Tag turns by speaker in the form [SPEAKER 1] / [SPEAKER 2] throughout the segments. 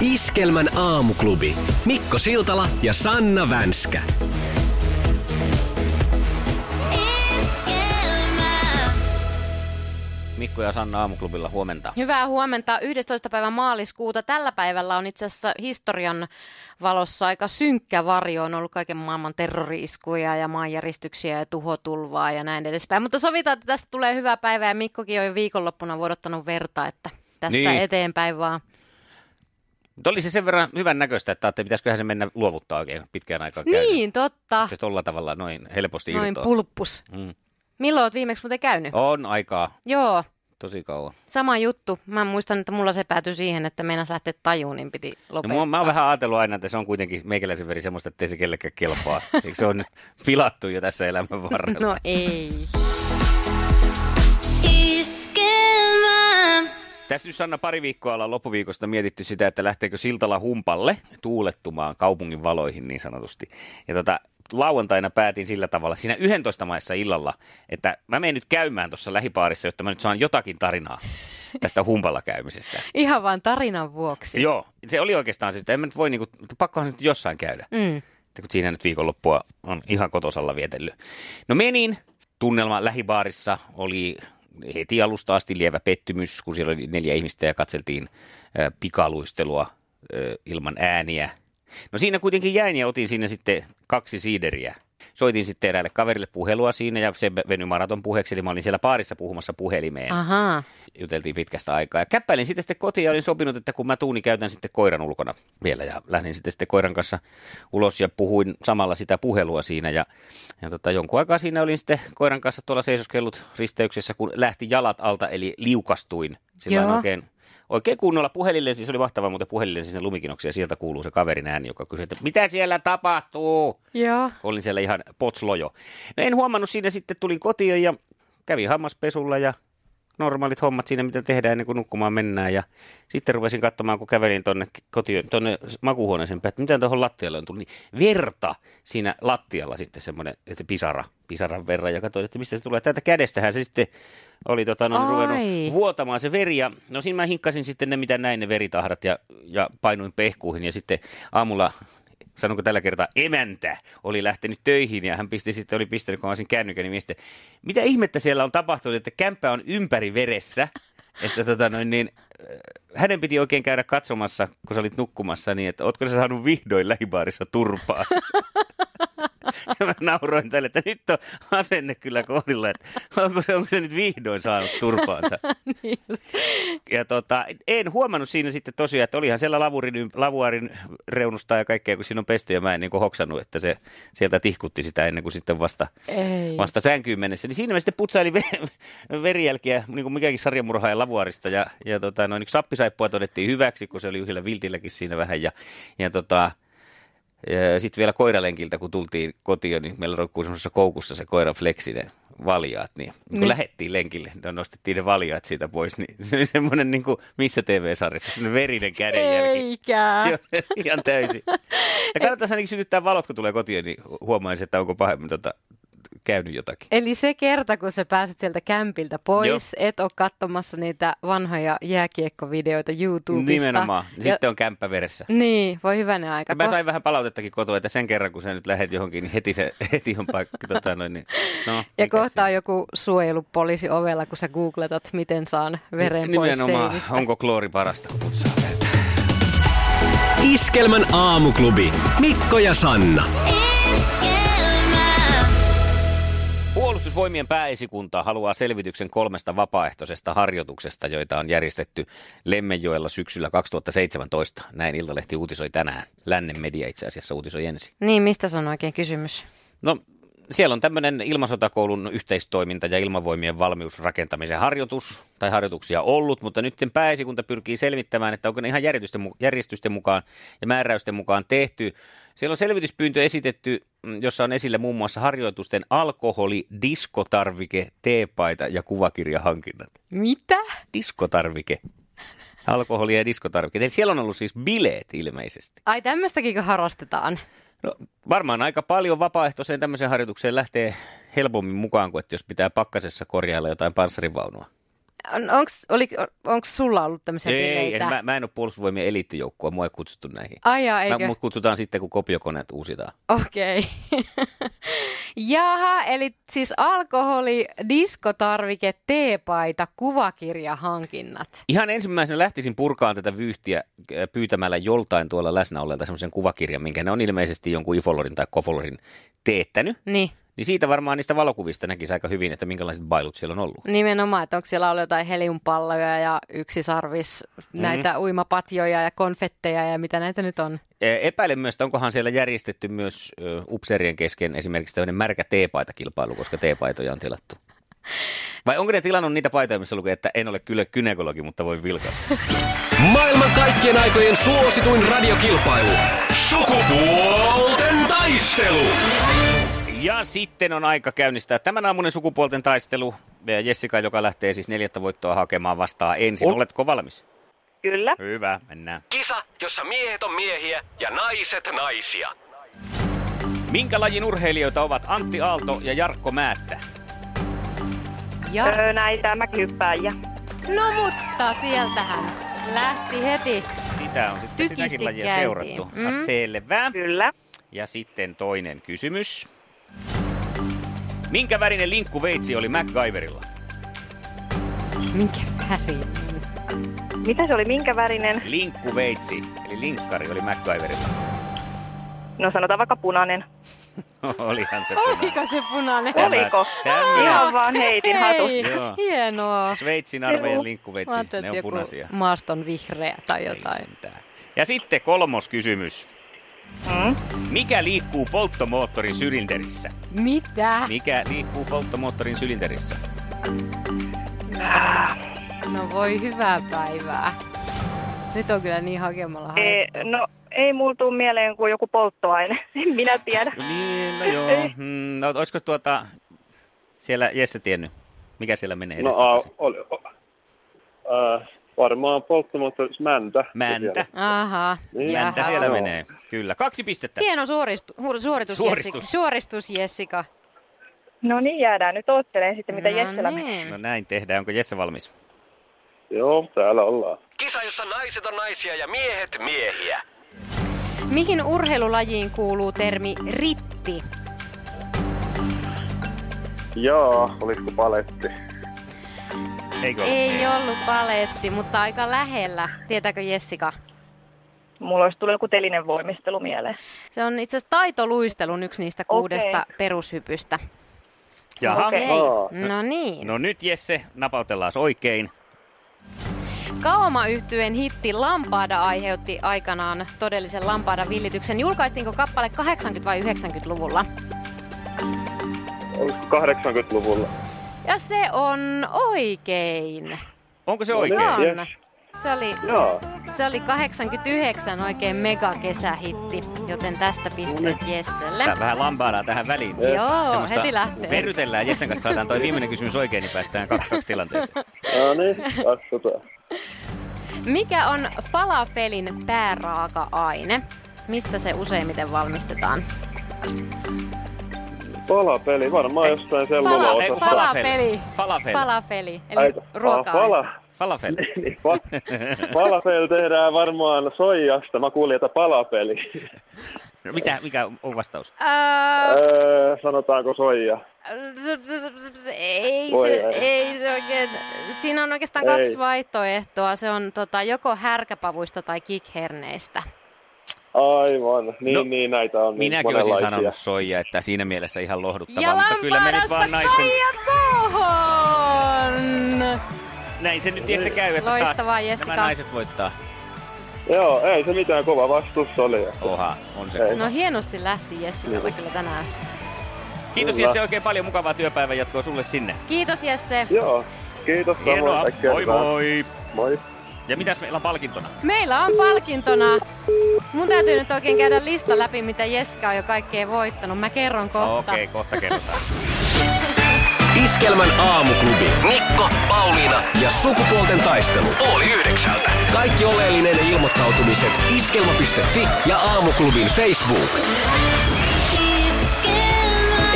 [SPEAKER 1] Iskelmän aamuklubi. Mikko Siltala ja Sanna Vänskä.
[SPEAKER 2] Mikko ja Sanna aamuklubilla huomenta.
[SPEAKER 3] Hyvää huomenta. 11. päivä maaliskuuta. Tällä päivällä on itse asiassa historian valossa aika synkkä varjo. On ollut kaiken maailman terroriiskuja ja maanjäristyksiä ja tuhotulvaa ja näin edespäin. Mutta sovitaan, että tästä tulee hyvä päivä ja Mikkokin on jo viikonloppuna vuodottanut verta, että tästä
[SPEAKER 2] Niin.
[SPEAKER 3] niin. eteenpäin vaan.
[SPEAKER 2] Mutta oli se sen verran hyvän näköistä, että ajattelin, pitäisiköhän se mennä luovuttaa oikein pitkään aikaan
[SPEAKER 3] Niin, totta.
[SPEAKER 2] Se tolla tavalla noin helposti
[SPEAKER 3] Noin
[SPEAKER 2] irtoaa.
[SPEAKER 3] pulppus.
[SPEAKER 2] Mm.
[SPEAKER 3] Milloin oot viimeksi muuten käynyt?
[SPEAKER 2] On aikaa,
[SPEAKER 3] Joo,
[SPEAKER 2] tosi kauan. No,
[SPEAKER 3] sama juttu. Mä muistan, että mulla se päätyi siihen, että meinas lähteä tajuun, niin piti
[SPEAKER 2] No,
[SPEAKER 3] lopettaa.
[SPEAKER 2] mua, mä oon vähän ajatellut aina, että se on kuitenkin meikäläisen veri semmoista, että ei se kellekään kelpaa. Eikö se on pilattu jo tässä elämän varrella?
[SPEAKER 3] No ei.
[SPEAKER 4] Iskelmä.
[SPEAKER 2] Tässä nyt Sanna pari viikkoa ollaan loppuviikosta mietitty sitä, että lähteekö Siltala humpalle tuulettumaan kaupungin valoihin niin sanotusti. Ja tota, lauantaina päätin sillä tavalla siinä 11 maissa illalla, että mä menen nyt käymään tuossa lähipaarissa, jotta mä nyt saan jotakin tarinaa tästä humpalla käymisestä.
[SPEAKER 3] Ihan vaan tarinan vuoksi.
[SPEAKER 2] Joo, se oli oikeastaan se, että en mä nyt voi, niinku, pakkohan se nyt jossain käydä.
[SPEAKER 3] Mm.
[SPEAKER 2] Että kun siinä nyt viikonloppua on ihan kotosalla vietellyt. No menin, tunnelma lähibaarissa oli heti alusta asti lievä pettymys, kun siellä oli neljä ihmistä ja katseltiin ö, pikaluistelua ö, ilman ääniä. No siinä kuitenkin jäin ja otin siinä sitten kaksi siideriä. Soitin sitten eräälle kaverille puhelua siinä ja se venyi maraton puheeksi, eli mä olin siellä paarissa puhumassa puhelimeen
[SPEAKER 3] Ahaa.
[SPEAKER 2] juteltiin pitkästä aikaa. Ja käppäilin sitä sitten kotiin ja olin sopinut, että kun mä tuun, niin käytän sitten koiran ulkona vielä. Ja lähdin sitten, sitten koiran kanssa ulos ja puhuin samalla sitä puhelua siinä. Ja, ja tota, jonkun aikaa siinä olin sitten koiran kanssa tuolla seisoskellut risteyksessä, kun lähti jalat alta, eli liukastuin. Sillä
[SPEAKER 3] Joo.
[SPEAKER 2] oikein, oikein kunnolla puhelille, siis oli mahtavaa muuten puhelille sinne lumikinoksia. Sieltä kuuluu se kaverin ääni, joka kysyy, että mitä siellä tapahtuu?
[SPEAKER 3] Joo.
[SPEAKER 2] Olin siellä ihan potslojo. No en huomannut siinä sitten, tulin kotiin ja kävin hammaspesulla ja normaalit hommat siinä, mitä tehdään ennen kuin nukkumaan mennään. Ja sitten rupesin katsomaan, kun kävelin tonne, koti, tonne makuuhuoneeseen päin, että mitä tuohon lattialle on tullut. Niin verta siinä lattialla sitten semmoinen että pisara, pisaran verran. Ja katsoin, että mistä se tulee. Täältä kädestähän se sitten oli tota, no,
[SPEAKER 3] Ai.
[SPEAKER 2] ruvennut vuotamaan se veri. Ja, no siinä mä hinkkasin sitten ne, mitä näin ne veritahdat ja, ja painuin pehkuihin. Ja sitten aamulla sanonko tällä kertaa, emäntä oli lähtenyt töihin ja hän pisti sitten, oli pistänyt, kun mä olisin kännykän, niin miestä, mitä ihmettä siellä on tapahtunut, että kämppä on ympäri veressä, että tota noin niin, äh, hänen piti oikein käydä katsomassa, kun sä olit nukkumassa, niin että ootko sä saanut vihdoin lähibaarissa turpaas? Ja mä nauroin tälle, että nyt on asenne kyllä kohdilla, että onko se, onko se nyt vihdoin saanut turpaansa. Ja tota, en huomannut siinä sitten tosiaan, että olihan siellä lavurin, ymp- lavuarin reunusta ja kaikkea, kun siinä on pesty ja mä en niin hoksannut, että se sieltä tihkutti sitä ennen kuin sitten vasta,
[SPEAKER 3] Ei.
[SPEAKER 2] vasta sänkyyn mennessä. Niin siinä mä sitten putsailin ver- verijälkiä, niin kuin mikäkin sarjamurhaaja lavuarista ja, ja tota, noin yksi sappisaippua todettiin hyväksi, kun se oli yhdellä viltilläkin siinä vähän ja, ja tota, sitten vielä koiralenkiltä, kun tultiin kotiin, niin meillä roikkuu semmoisessa koukussa se koiran fleksinen valjaat. Niin, kun
[SPEAKER 3] Niin.
[SPEAKER 2] lähettiin lenkille, no nostettiin ne valjaat siitä pois, niin se oli semmoinen niin kuin missä TV-sarjassa, semmoinen verinen kädenjälki.
[SPEAKER 3] Eikä.
[SPEAKER 2] Joo, se oli ihan täysin. Ja kannattaisi ainakin sytyttää valot, kun tulee kotiin, niin huomaisi, että onko pahemmin tota, käynyt jotakin.
[SPEAKER 3] Eli se kerta, kun sä pääset sieltä kämpiltä pois, Joo. et ole katsomassa niitä vanhoja jääkiekkovideoita YouTubesta.
[SPEAKER 2] Nimenomaan. Sitten on kämppä veressä.
[SPEAKER 3] Ja, niin, voi hyvänä aika.
[SPEAKER 2] Mä sain vähän palautettakin kotoa, että sen kerran kun sä nyt lähet johonkin, niin heti, se, heti on paikka. Tota, noin, niin, no,
[SPEAKER 3] ja
[SPEAKER 2] mikä
[SPEAKER 3] kohta
[SPEAKER 2] siinä?
[SPEAKER 3] on joku suojelupoliisi ovella, kun sä googletat, miten saan veren pois
[SPEAKER 2] Nimenomaan,
[SPEAKER 3] seinistä.
[SPEAKER 2] onko kloori parasta, kun putsaa käy?
[SPEAKER 1] Iskelmän aamuklubi. Mikko ja Sanna.
[SPEAKER 4] Iskelmä.
[SPEAKER 2] Puolustusvoimien pääesikunta haluaa selvityksen kolmesta vapaaehtoisesta harjoituksesta, joita on järjestetty Lemmenjoella syksyllä 2017. Näin Iltalehti uutisoi tänään. Lännen media itse asiassa uutisoi ensin.
[SPEAKER 3] Niin, mistä se on oikein kysymys?
[SPEAKER 2] No siellä on tämmöinen ilmasotakoulun yhteistoiminta ja ilmavoimien valmiusrakentamisen harjoitus tai harjoituksia ollut, mutta nyt pääesikunta pyrkii selvittämään, että onko ne ihan järjestysten, mu- järjestysten mukaan ja määräysten mukaan tehty. Siellä on selvityspyyntö esitetty, mm, jossa on esillä muun muassa harjoitusten alkoholi, diskotarvike, teepaita ja kuvakirjahankinnat.
[SPEAKER 3] Mitä?
[SPEAKER 2] Diskotarvike. Alkoholi ja diskotarvike. Eli siellä on ollut siis bileet ilmeisesti.
[SPEAKER 3] Ai tämmöistäkin harrastetaan.
[SPEAKER 2] No, varmaan aika paljon vapaaehtoiseen tämmöiseen harjoitukseen lähtee helpommin mukaan kuin, että jos pitää pakkasessa korjailla jotain panssarivaunua.
[SPEAKER 3] On, onks, oli, onks sulla ollut tämmöisiä
[SPEAKER 2] ei, en,
[SPEAKER 3] bileitä?
[SPEAKER 2] mä, mä en ole puolustusvoimien eliittijoukkoa, mua ei kutsuttu näihin.
[SPEAKER 3] Ai jaa,
[SPEAKER 2] Mä,
[SPEAKER 3] Ah, eikö?
[SPEAKER 2] mut kutsutaan sitten, kun kopiokoneet uusitaan.
[SPEAKER 3] Okei. Jaha, eli siis alkoholi, diskotarvike, teepaita, kuvakirjahankinnat.
[SPEAKER 2] Ihan ensimmäisenä lähtisin purkaan tätä vyyhtiä äh, pyytämällä joltain tuolla läsnä olleelta semmoisen kuvakirjan, minkä ne on ilmeisesti jonkun Ifolorin tai Kofolorin teettänyt.
[SPEAKER 3] Niin,
[SPEAKER 2] Niin siitä varmaan niistä valokuvista näkisi aika hyvin, että minkälaiset bailut siellä on ollut.
[SPEAKER 3] nimenomaan, että onko siellä ollut jotain heliumpalloja ja yksisarvis
[SPEAKER 2] Mm.
[SPEAKER 3] näitä uimapatjoja ja konfetteja ja mitä näitä nyt on.
[SPEAKER 2] Eh, Epäilen myös, että onkohan siellä järjestetty myös ö, upseerien kesken esimerkiksi tämmöinen märkä teepaitakilpailu, koska teepaitoja on tilattu. Vai onko ne tilannut niitä paitoja, missä lukee, että en ole kyllä kynekologi, mutta voi vilkaista?
[SPEAKER 1] Maailman kaikkien aikojen suosituin radiokilpailu. Sukupuolten taistelu.
[SPEAKER 2] Ja sitten on aika käynnistää tämän aamunen sukupuolten taistelu. Ja Jessica, joka lähtee siis neljättä voittoa hakemaan, vastaa ensin. Oletko valmis?
[SPEAKER 5] Kyllä.
[SPEAKER 2] Hyvä, mennään.
[SPEAKER 1] Kisa, jossa miehet on miehiä ja naiset naisia.
[SPEAKER 2] Minkä lajin urheilijoita ovat Antti Aalto ja Jarkko Määttä?
[SPEAKER 3] Ja
[SPEAKER 5] Öö, näitä mäkihyppääjiä.
[SPEAKER 3] no mutta sieltähän lähti heti.
[SPEAKER 2] Sitä on sitten
[SPEAKER 3] Tykisti
[SPEAKER 2] sitäkin lajia
[SPEAKER 3] käyntiin.
[SPEAKER 2] seurattu.
[SPEAKER 3] Mm.
[SPEAKER 2] Mm. Selvä.
[SPEAKER 5] Kyllä.
[SPEAKER 2] Ja sitten toinen kysymys. Minkä värinen linkkuveitsi oli MacGyverilla?
[SPEAKER 3] Minkä väri?
[SPEAKER 5] Mitä se oli, minkä värinen?
[SPEAKER 2] Linkkuveitsi, eli linkkari oli MacGyverilla.
[SPEAKER 5] No sanotaan vaikka punainen.
[SPEAKER 2] Olihan se punainen.
[SPEAKER 3] Oliko se punainen?
[SPEAKER 2] Tämä-
[SPEAKER 5] Oliko?
[SPEAKER 2] Tämä
[SPEAKER 5] Ihan vaan heitin hatun.
[SPEAKER 3] Hei,
[SPEAKER 2] Joo.
[SPEAKER 3] hienoa.
[SPEAKER 2] Sveitsin armeijan
[SPEAKER 5] Joo.
[SPEAKER 2] linkkuveitsi, ne on
[SPEAKER 3] joku
[SPEAKER 2] punaisia.
[SPEAKER 3] maaston vihreä tai
[SPEAKER 2] Ei
[SPEAKER 3] jotain.
[SPEAKER 2] sentään. Ja sitten kolmos kysymys.
[SPEAKER 5] Mm.
[SPEAKER 2] Mikä liikkuu polttomoottorin sylinterissä?
[SPEAKER 3] Mitä?
[SPEAKER 2] Mikä liikkuu polttomoottorin sylinterissä?
[SPEAKER 3] No voi hyvää päivää. Nyt on kyllä niin hakemalla
[SPEAKER 5] Ei,
[SPEAKER 3] haettu.
[SPEAKER 5] no ei mulla tuu mieleen kuin joku polttoaine. En minä tiedä.
[SPEAKER 2] Niin, no joo. Hmm, no, olisiko tuota siellä Jesse tiennyt? Mikä siellä menee
[SPEAKER 6] No
[SPEAKER 2] edes
[SPEAKER 6] a,
[SPEAKER 2] takaisin?
[SPEAKER 6] oli, o, ää, varmaan polttomoottori Mäntä.
[SPEAKER 2] Mäntä.
[SPEAKER 3] Aha.
[SPEAKER 6] Niin.
[SPEAKER 3] jaha.
[SPEAKER 2] Mäntä siellä
[SPEAKER 6] Joo.
[SPEAKER 2] menee. Kyllä. Kaksi pistettä.
[SPEAKER 3] Hieno suoristu, huor- suoritus,
[SPEAKER 2] Suoristus.
[SPEAKER 3] Jessica. suoristus Jessica.
[SPEAKER 5] No niin, jäädään nyt ootteleen sitten, mitä no Jessellä niin.
[SPEAKER 3] niin.
[SPEAKER 2] No näin tehdään. Onko Jesse valmis?
[SPEAKER 6] Joo, täällä ollaan.
[SPEAKER 1] Kisa, jossa naiset on naisia ja miehet miehiä.
[SPEAKER 3] Mihin urheilulajiin kuuluu termi ritti?
[SPEAKER 6] Joo, olisiko paletti?
[SPEAKER 2] Eikö ole?
[SPEAKER 3] Ei ollut paletti, mutta aika lähellä. Tietääkö Jessica?
[SPEAKER 5] Mulla olisi tullut joku telinen voimistelu mieleen.
[SPEAKER 3] Se on itse asiassa taitoluistelun yksi niistä
[SPEAKER 5] Okei.
[SPEAKER 3] kuudesta perushypystä.
[SPEAKER 2] Jaha.
[SPEAKER 5] Okei.
[SPEAKER 6] Aa.
[SPEAKER 3] No niin.
[SPEAKER 2] No nyt Jesse, napautellaan oikein.
[SPEAKER 3] kaoma yhtyeen hitti Lampada aiheutti aikanaan todellisen Lampadan villityksen. Julkaistiinko kappale 80- vai 90-luvulla?
[SPEAKER 6] Olisiko 80-luvulla?
[SPEAKER 3] Ja se on oikein.
[SPEAKER 2] Onko se
[SPEAKER 6] No niin.
[SPEAKER 2] oikein?
[SPEAKER 6] Joo.
[SPEAKER 3] On.
[SPEAKER 6] Yes.
[SPEAKER 3] Se oli,
[SPEAKER 6] Joo.
[SPEAKER 3] se oli 89 oikein megakesähitti, joten tästä pisteet Jesselle.
[SPEAKER 2] Tää vähän lampaadaa tähän väliin.
[SPEAKER 3] Joo,
[SPEAKER 2] Semmosta
[SPEAKER 3] heti lähtee.
[SPEAKER 2] Verrytellään Jessen kanssa, saadaan toi viimeinen kysymys oikein, niin päästään 2-2 tilanteeseen.
[SPEAKER 6] No niin, katsotaan.
[SPEAKER 3] Mikä on falafelin pääraaka-aine? Mistä se useimmiten valmistetaan?
[SPEAKER 6] Palapeli, varmaan jostain sellulla
[SPEAKER 3] Ei, kun
[SPEAKER 6] osassa.
[SPEAKER 3] fala-
[SPEAKER 2] falafel.
[SPEAKER 3] Falafeli.
[SPEAKER 2] Falafel.
[SPEAKER 3] Falafeli, eli ruoka
[SPEAKER 6] pala,
[SPEAKER 2] Falafel.
[SPEAKER 6] niin, pa, palapeli tehdään varmaan soijasta. Mä kuulin, että palapeli.
[SPEAKER 2] No Mitä, mikä on vastaus?
[SPEAKER 3] öö,
[SPEAKER 6] öö, sanotaanko soija?
[SPEAKER 3] ei,
[SPEAKER 6] Voi
[SPEAKER 3] se,
[SPEAKER 6] ei.
[SPEAKER 3] ei se oikein. Siinä on oikeastaan
[SPEAKER 6] Ei.
[SPEAKER 3] kaksi vaihtoehtoa. Se on tota, joko härkäpavuista tai kikherneistä.
[SPEAKER 6] Aivan. Niin,
[SPEAKER 2] No,
[SPEAKER 6] no, niin näitä on. niin
[SPEAKER 2] Minäkin olisin
[SPEAKER 6] monenlaisia.
[SPEAKER 2] sanonut soija, että siinä mielessä ihan lohduttavaa,
[SPEAKER 3] Ja
[SPEAKER 2] mutta kyllä me nyt
[SPEAKER 3] lamparasta
[SPEAKER 2] vaan naisen...
[SPEAKER 3] kohoon!
[SPEAKER 2] Näin se nyt Jesse käy, että
[SPEAKER 3] Loistavaa,
[SPEAKER 2] taas
[SPEAKER 3] Jessica.
[SPEAKER 2] nämä naiset voittaa.
[SPEAKER 6] Joo, ei se mitään kova vastus oli.
[SPEAKER 2] Oha, on se.
[SPEAKER 6] Ei.
[SPEAKER 3] tuota No hienosti lähti Jessica kyllä tänään.
[SPEAKER 2] Kiitos
[SPEAKER 6] Kyllä.
[SPEAKER 2] Jesse oikein paljon. Mukavaa työpäivän jatkoa sulle sinne.
[SPEAKER 3] Kiitos Jesse.
[SPEAKER 6] Joo, kiitos
[SPEAKER 2] Hienoa. Moi
[SPEAKER 6] samoin.
[SPEAKER 2] moi.
[SPEAKER 6] Moi.
[SPEAKER 2] Ja mitäs meillä on palkintona?
[SPEAKER 3] Meillä on palkintona. Mun täytyy nyt oikein käydä lista läpi, mitä Jeska on jo kaikkea voittanut. Mä kerron kohta.
[SPEAKER 2] Okei, okay, kohta kerrotaan.
[SPEAKER 1] Iskelmän aamuklubi. Mikko, Pauliina ja sukupuolten taistelu. Oli yhdeksältä. Kaikki oleellinen ilmoittautumiset iskelma.fi ja aamuklubin Facebook.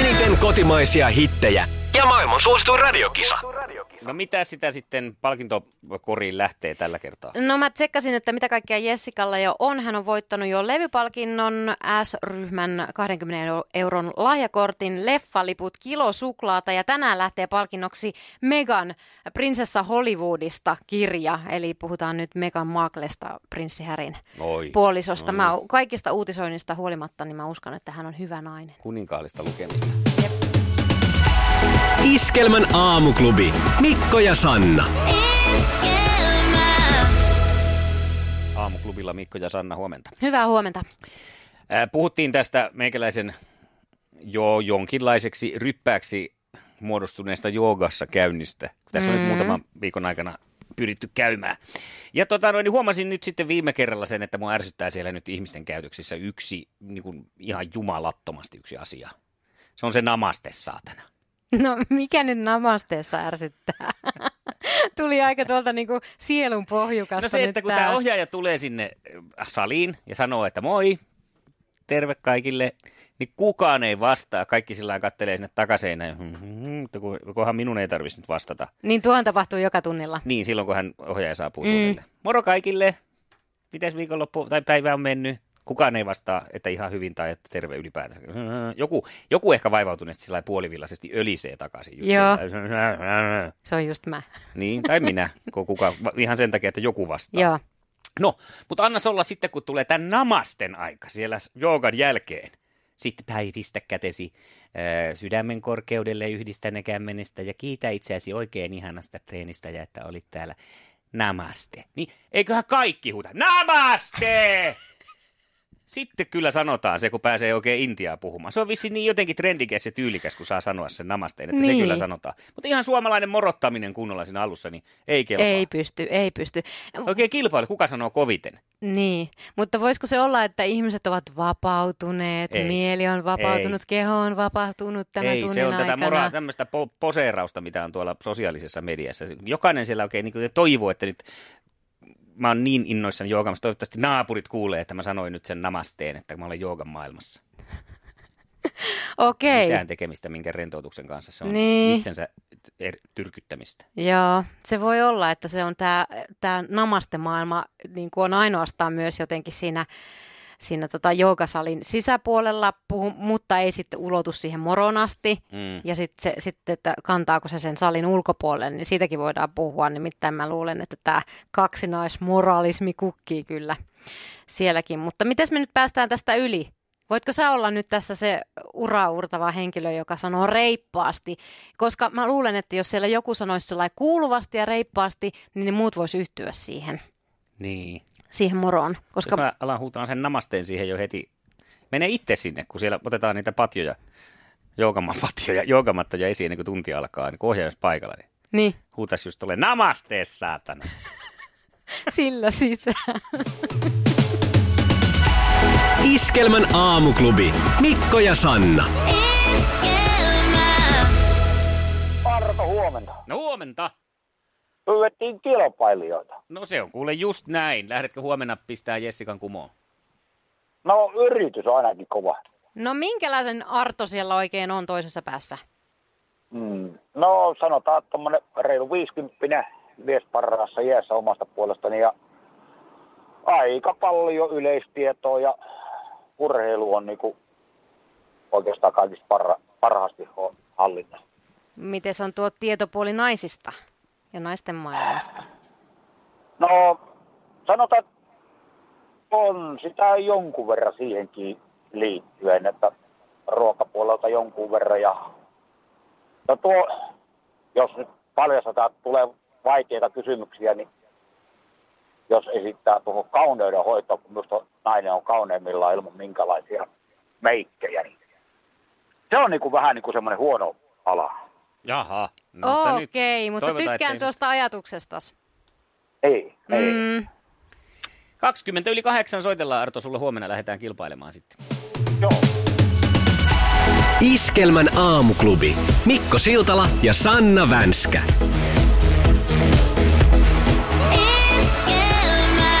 [SPEAKER 1] Eniten kotimaisia hittejä ja maailman suosituin radiokisa.
[SPEAKER 2] No mitä sitä sitten palkintokoriin lähtee tällä kertaa?
[SPEAKER 3] No mä tsekkasin, että mitä kaikkea Jessikalla jo on. Hän on voittanut jo levypalkinnon, S-ryhmän 20 euro- euron lahjakortin, leffaliput, kilo suklaata ja tänään lähtee palkinnoksi Megan Prinsessa Hollywoodista kirja. Eli puhutaan nyt Megan Marklesta, prinssi Härin
[SPEAKER 2] Oi.
[SPEAKER 3] puolisosta. Mä o- kaikista uutisoinnista huolimatta, niin mä uskon, että hän on hyvä nainen.
[SPEAKER 2] Kuninkaallista lukemista.
[SPEAKER 1] Iskelmän aamuklubi. Mikko ja Sanna.
[SPEAKER 2] Aamuklubilla Mikko ja Sanna huomenta.
[SPEAKER 3] Hyvää huomenta.
[SPEAKER 2] Ää, Puhuttiin tästä meikäläisen jo jonkinlaiseksi ryppääksi muodostuneesta joogassa käynnistä. kun Tässä on nyt muutaman viikon aikana pyritty käymään. Ja tota, noin, niin huomasin nyt sitten viime kerralla sen, että mua ärsyttää siellä nyt ihmisten käytöksissä yksi niin kuin ihan jumalattomasti yksi asia. Se on se namaste, saatana.
[SPEAKER 3] No mikä nyt namasteessa ärsyttää? Tuli aika tuolta niinku sielun pohjukasta
[SPEAKER 2] No se,
[SPEAKER 3] nyt
[SPEAKER 2] että kun
[SPEAKER 3] tää.
[SPEAKER 2] tämä ohjaaja tulee sinne äh, saliin ja sanoo, että moi, terve kaikille, niin kukaan ei vastaa. Kaikki sillä lailla kattelee sinne takaseinään, "Mhm, että kun- kunhan minun ei tarvitsisi nyt vastata.
[SPEAKER 3] Niin tuohon tapahtuu joka tunnilla.
[SPEAKER 2] Niin, silloin kun hän ohjaaja saapuu
[SPEAKER 3] Mm.
[SPEAKER 2] tunnille. Moro kaikille, mitäs viikonloppu tai päivä on mennyt? Kukaan ei vastaa, että ihan hyvin tai että terve ylipäätänsä. Joku, joku ehkä vaivautuneesti sillä lailla puolivillaisesti ölisee takaisin. Just
[SPEAKER 3] Joo.
[SPEAKER 2] sillä-
[SPEAKER 3] Se on just mä.
[SPEAKER 2] Niin, tai minä, kun kuka, ihan sen takia, että joku vastaa.
[SPEAKER 3] Joo.
[SPEAKER 2] No, mutta anna se olla sitten, kun tulee tämän namasten aika siellä joogan jälkeen. Sitten päivistä kätesi ö, sydämen korkeudelle yhdistä ne kämmenestä ja kiitä itseäsi oikein ihanasta treenistä ja että olit täällä. Namaste. Niin, eiköhän kaikki huuta, namaste! Sitten kyllä sanotaan se, kun pääsee oikein Intiaa puhumaan. Se on vissiin niin jotenkin trendikäs ja tyylikäs, kun saa sanoa sen namasteen, että niin. se
[SPEAKER 3] Niin.
[SPEAKER 2] kyllä sanotaan. Mutta ihan suomalainen morottaminen kunnolla siinä alussa, niin ei kelpaa.
[SPEAKER 3] Ei pysty, ei pysty.
[SPEAKER 2] Oikein kilpailu, kuka sanoo koviten?
[SPEAKER 3] Niin, mutta voisiko se olla, että ihmiset ovat vapautuneet,
[SPEAKER 2] Ei.
[SPEAKER 3] mieli on vapautunut,
[SPEAKER 2] Ei.
[SPEAKER 3] keho on vapautunut tämän
[SPEAKER 2] Ei,
[SPEAKER 3] tunnin
[SPEAKER 2] se on tätä
[SPEAKER 3] aikana?
[SPEAKER 2] mora- tämmöistä po- poseerausta, mitä on tuolla sosiaalisessa mediassa. Jokainen siellä oikein niin toivoo, että nyt mä oon niin innoissani joogamassa. Toivottavasti naapurit kuulee, että mä sanoin nyt sen namasteen, että mä olen joogan maailmassa.
[SPEAKER 3] Okei,
[SPEAKER 2] Mitään tekemistä minkä rentoutuksen kanssa. Se on
[SPEAKER 3] Niin.
[SPEAKER 2] itsensä er- tyrkyttämistä.
[SPEAKER 3] joo. Se voi olla, että se on tämä tää namaste-maailma niin kuin on ainoastaan myös jotenkin siinä, siinä tota joogasalin sisäpuolella, puhu, mutta ei sitten ulotu siihen moron asti.
[SPEAKER 2] Mm.
[SPEAKER 3] Ja sitten sit, että kantaako se sen salin ulkopuolelle, niin siitäkin voidaan puhua. Nimittäin mä luulen, että tämä kaksinaismoralismi kukkii kyllä sielläkin. Mutta miten me nyt päästään tästä yli? Voitko sä olla nyt tässä se uraurtava henkilö, joka sanoo reippaasti? Koska mä luulen, että jos siellä joku sanoisi sellainen kuuluvasti ja reippaasti, niin ne muut vois yhtyä siihen,
[SPEAKER 2] Niin.
[SPEAKER 3] siihen moroon.
[SPEAKER 2] Koska...
[SPEAKER 3] Koska
[SPEAKER 2] Jos mä alan huutaan sen namasteen siihen jo heti. Mene itse sinne, kun siellä otetaan niitä patjoja, joogamaan patjoja, joogamatta ja esiin ennen kuin tunti alkaa, niin kun ohjaus paikalla, niin
[SPEAKER 3] niin,
[SPEAKER 2] huutas just tulee namastee, saatana.
[SPEAKER 3] sillä sisään.
[SPEAKER 1] Iskelmän aamuklubi. Mikko ja Sanna.
[SPEAKER 7] Arto, huomenta.
[SPEAKER 2] No huomenta.
[SPEAKER 7] Pyydettiin kilpailijoita.
[SPEAKER 2] No se on kuule just näin. Lähdetkö huomenna pistää Jessikan kumoon?
[SPEAKER 7] No yritys on ainakin kova.
[SPEAKER 3] No minkälaisen Arto siellä oikein on toisessa päässä?
[SPEAKER 7] Mm. No sanotaan, että tommonen reilu 50 mies parhaassa iässä omasta puolestani ja aika paljon yleistietoa ja urheilu on niinku oikeastaan kaikista parha, parhaasti ho- hallinnassa.
[SPEAKER 3] Miten on tuo tietopuoli naisista ja naisten maailmasta?
[SPEAKER 7] No sanotaan, että on sitä jonkun verran siihenkin liittyen, että ruokapuolelta jonkun verran. Ja, no tuo, jos nyt paljastetaan, että tulee vaikeita kysymyksiä, niin jos esittää tuohon kauneudenhoitoon, kun minusta nainen on kauneimmillaan ilman minkälaisia meikkejä, niin Se on niinku vähän niinku semmoinen huono ala.
[SPEAKER 2] Jaha. No, mutta nyt
[SPEAKER 3] Okei, mutta
[SPEAKER 2] toivotaan,
[SPEAKER 3] tykkään
[SPEAKER 2] ettei-
[SPEAKER 3] tuosta ajatuksesta.
[SPEAKER 7] Ei, ei.
[SPEAKER 3] Mm,
[SPEAKER 2] 20 yli 8 soitellaan, Arto, sulle huomenna lähdetään kilpailemaan sitten.
[SPEAKER 1] Iskelmän aamuklubi. Mikko Siltala ja Sanna Vänskä.
[SPEAKER 4] esquema.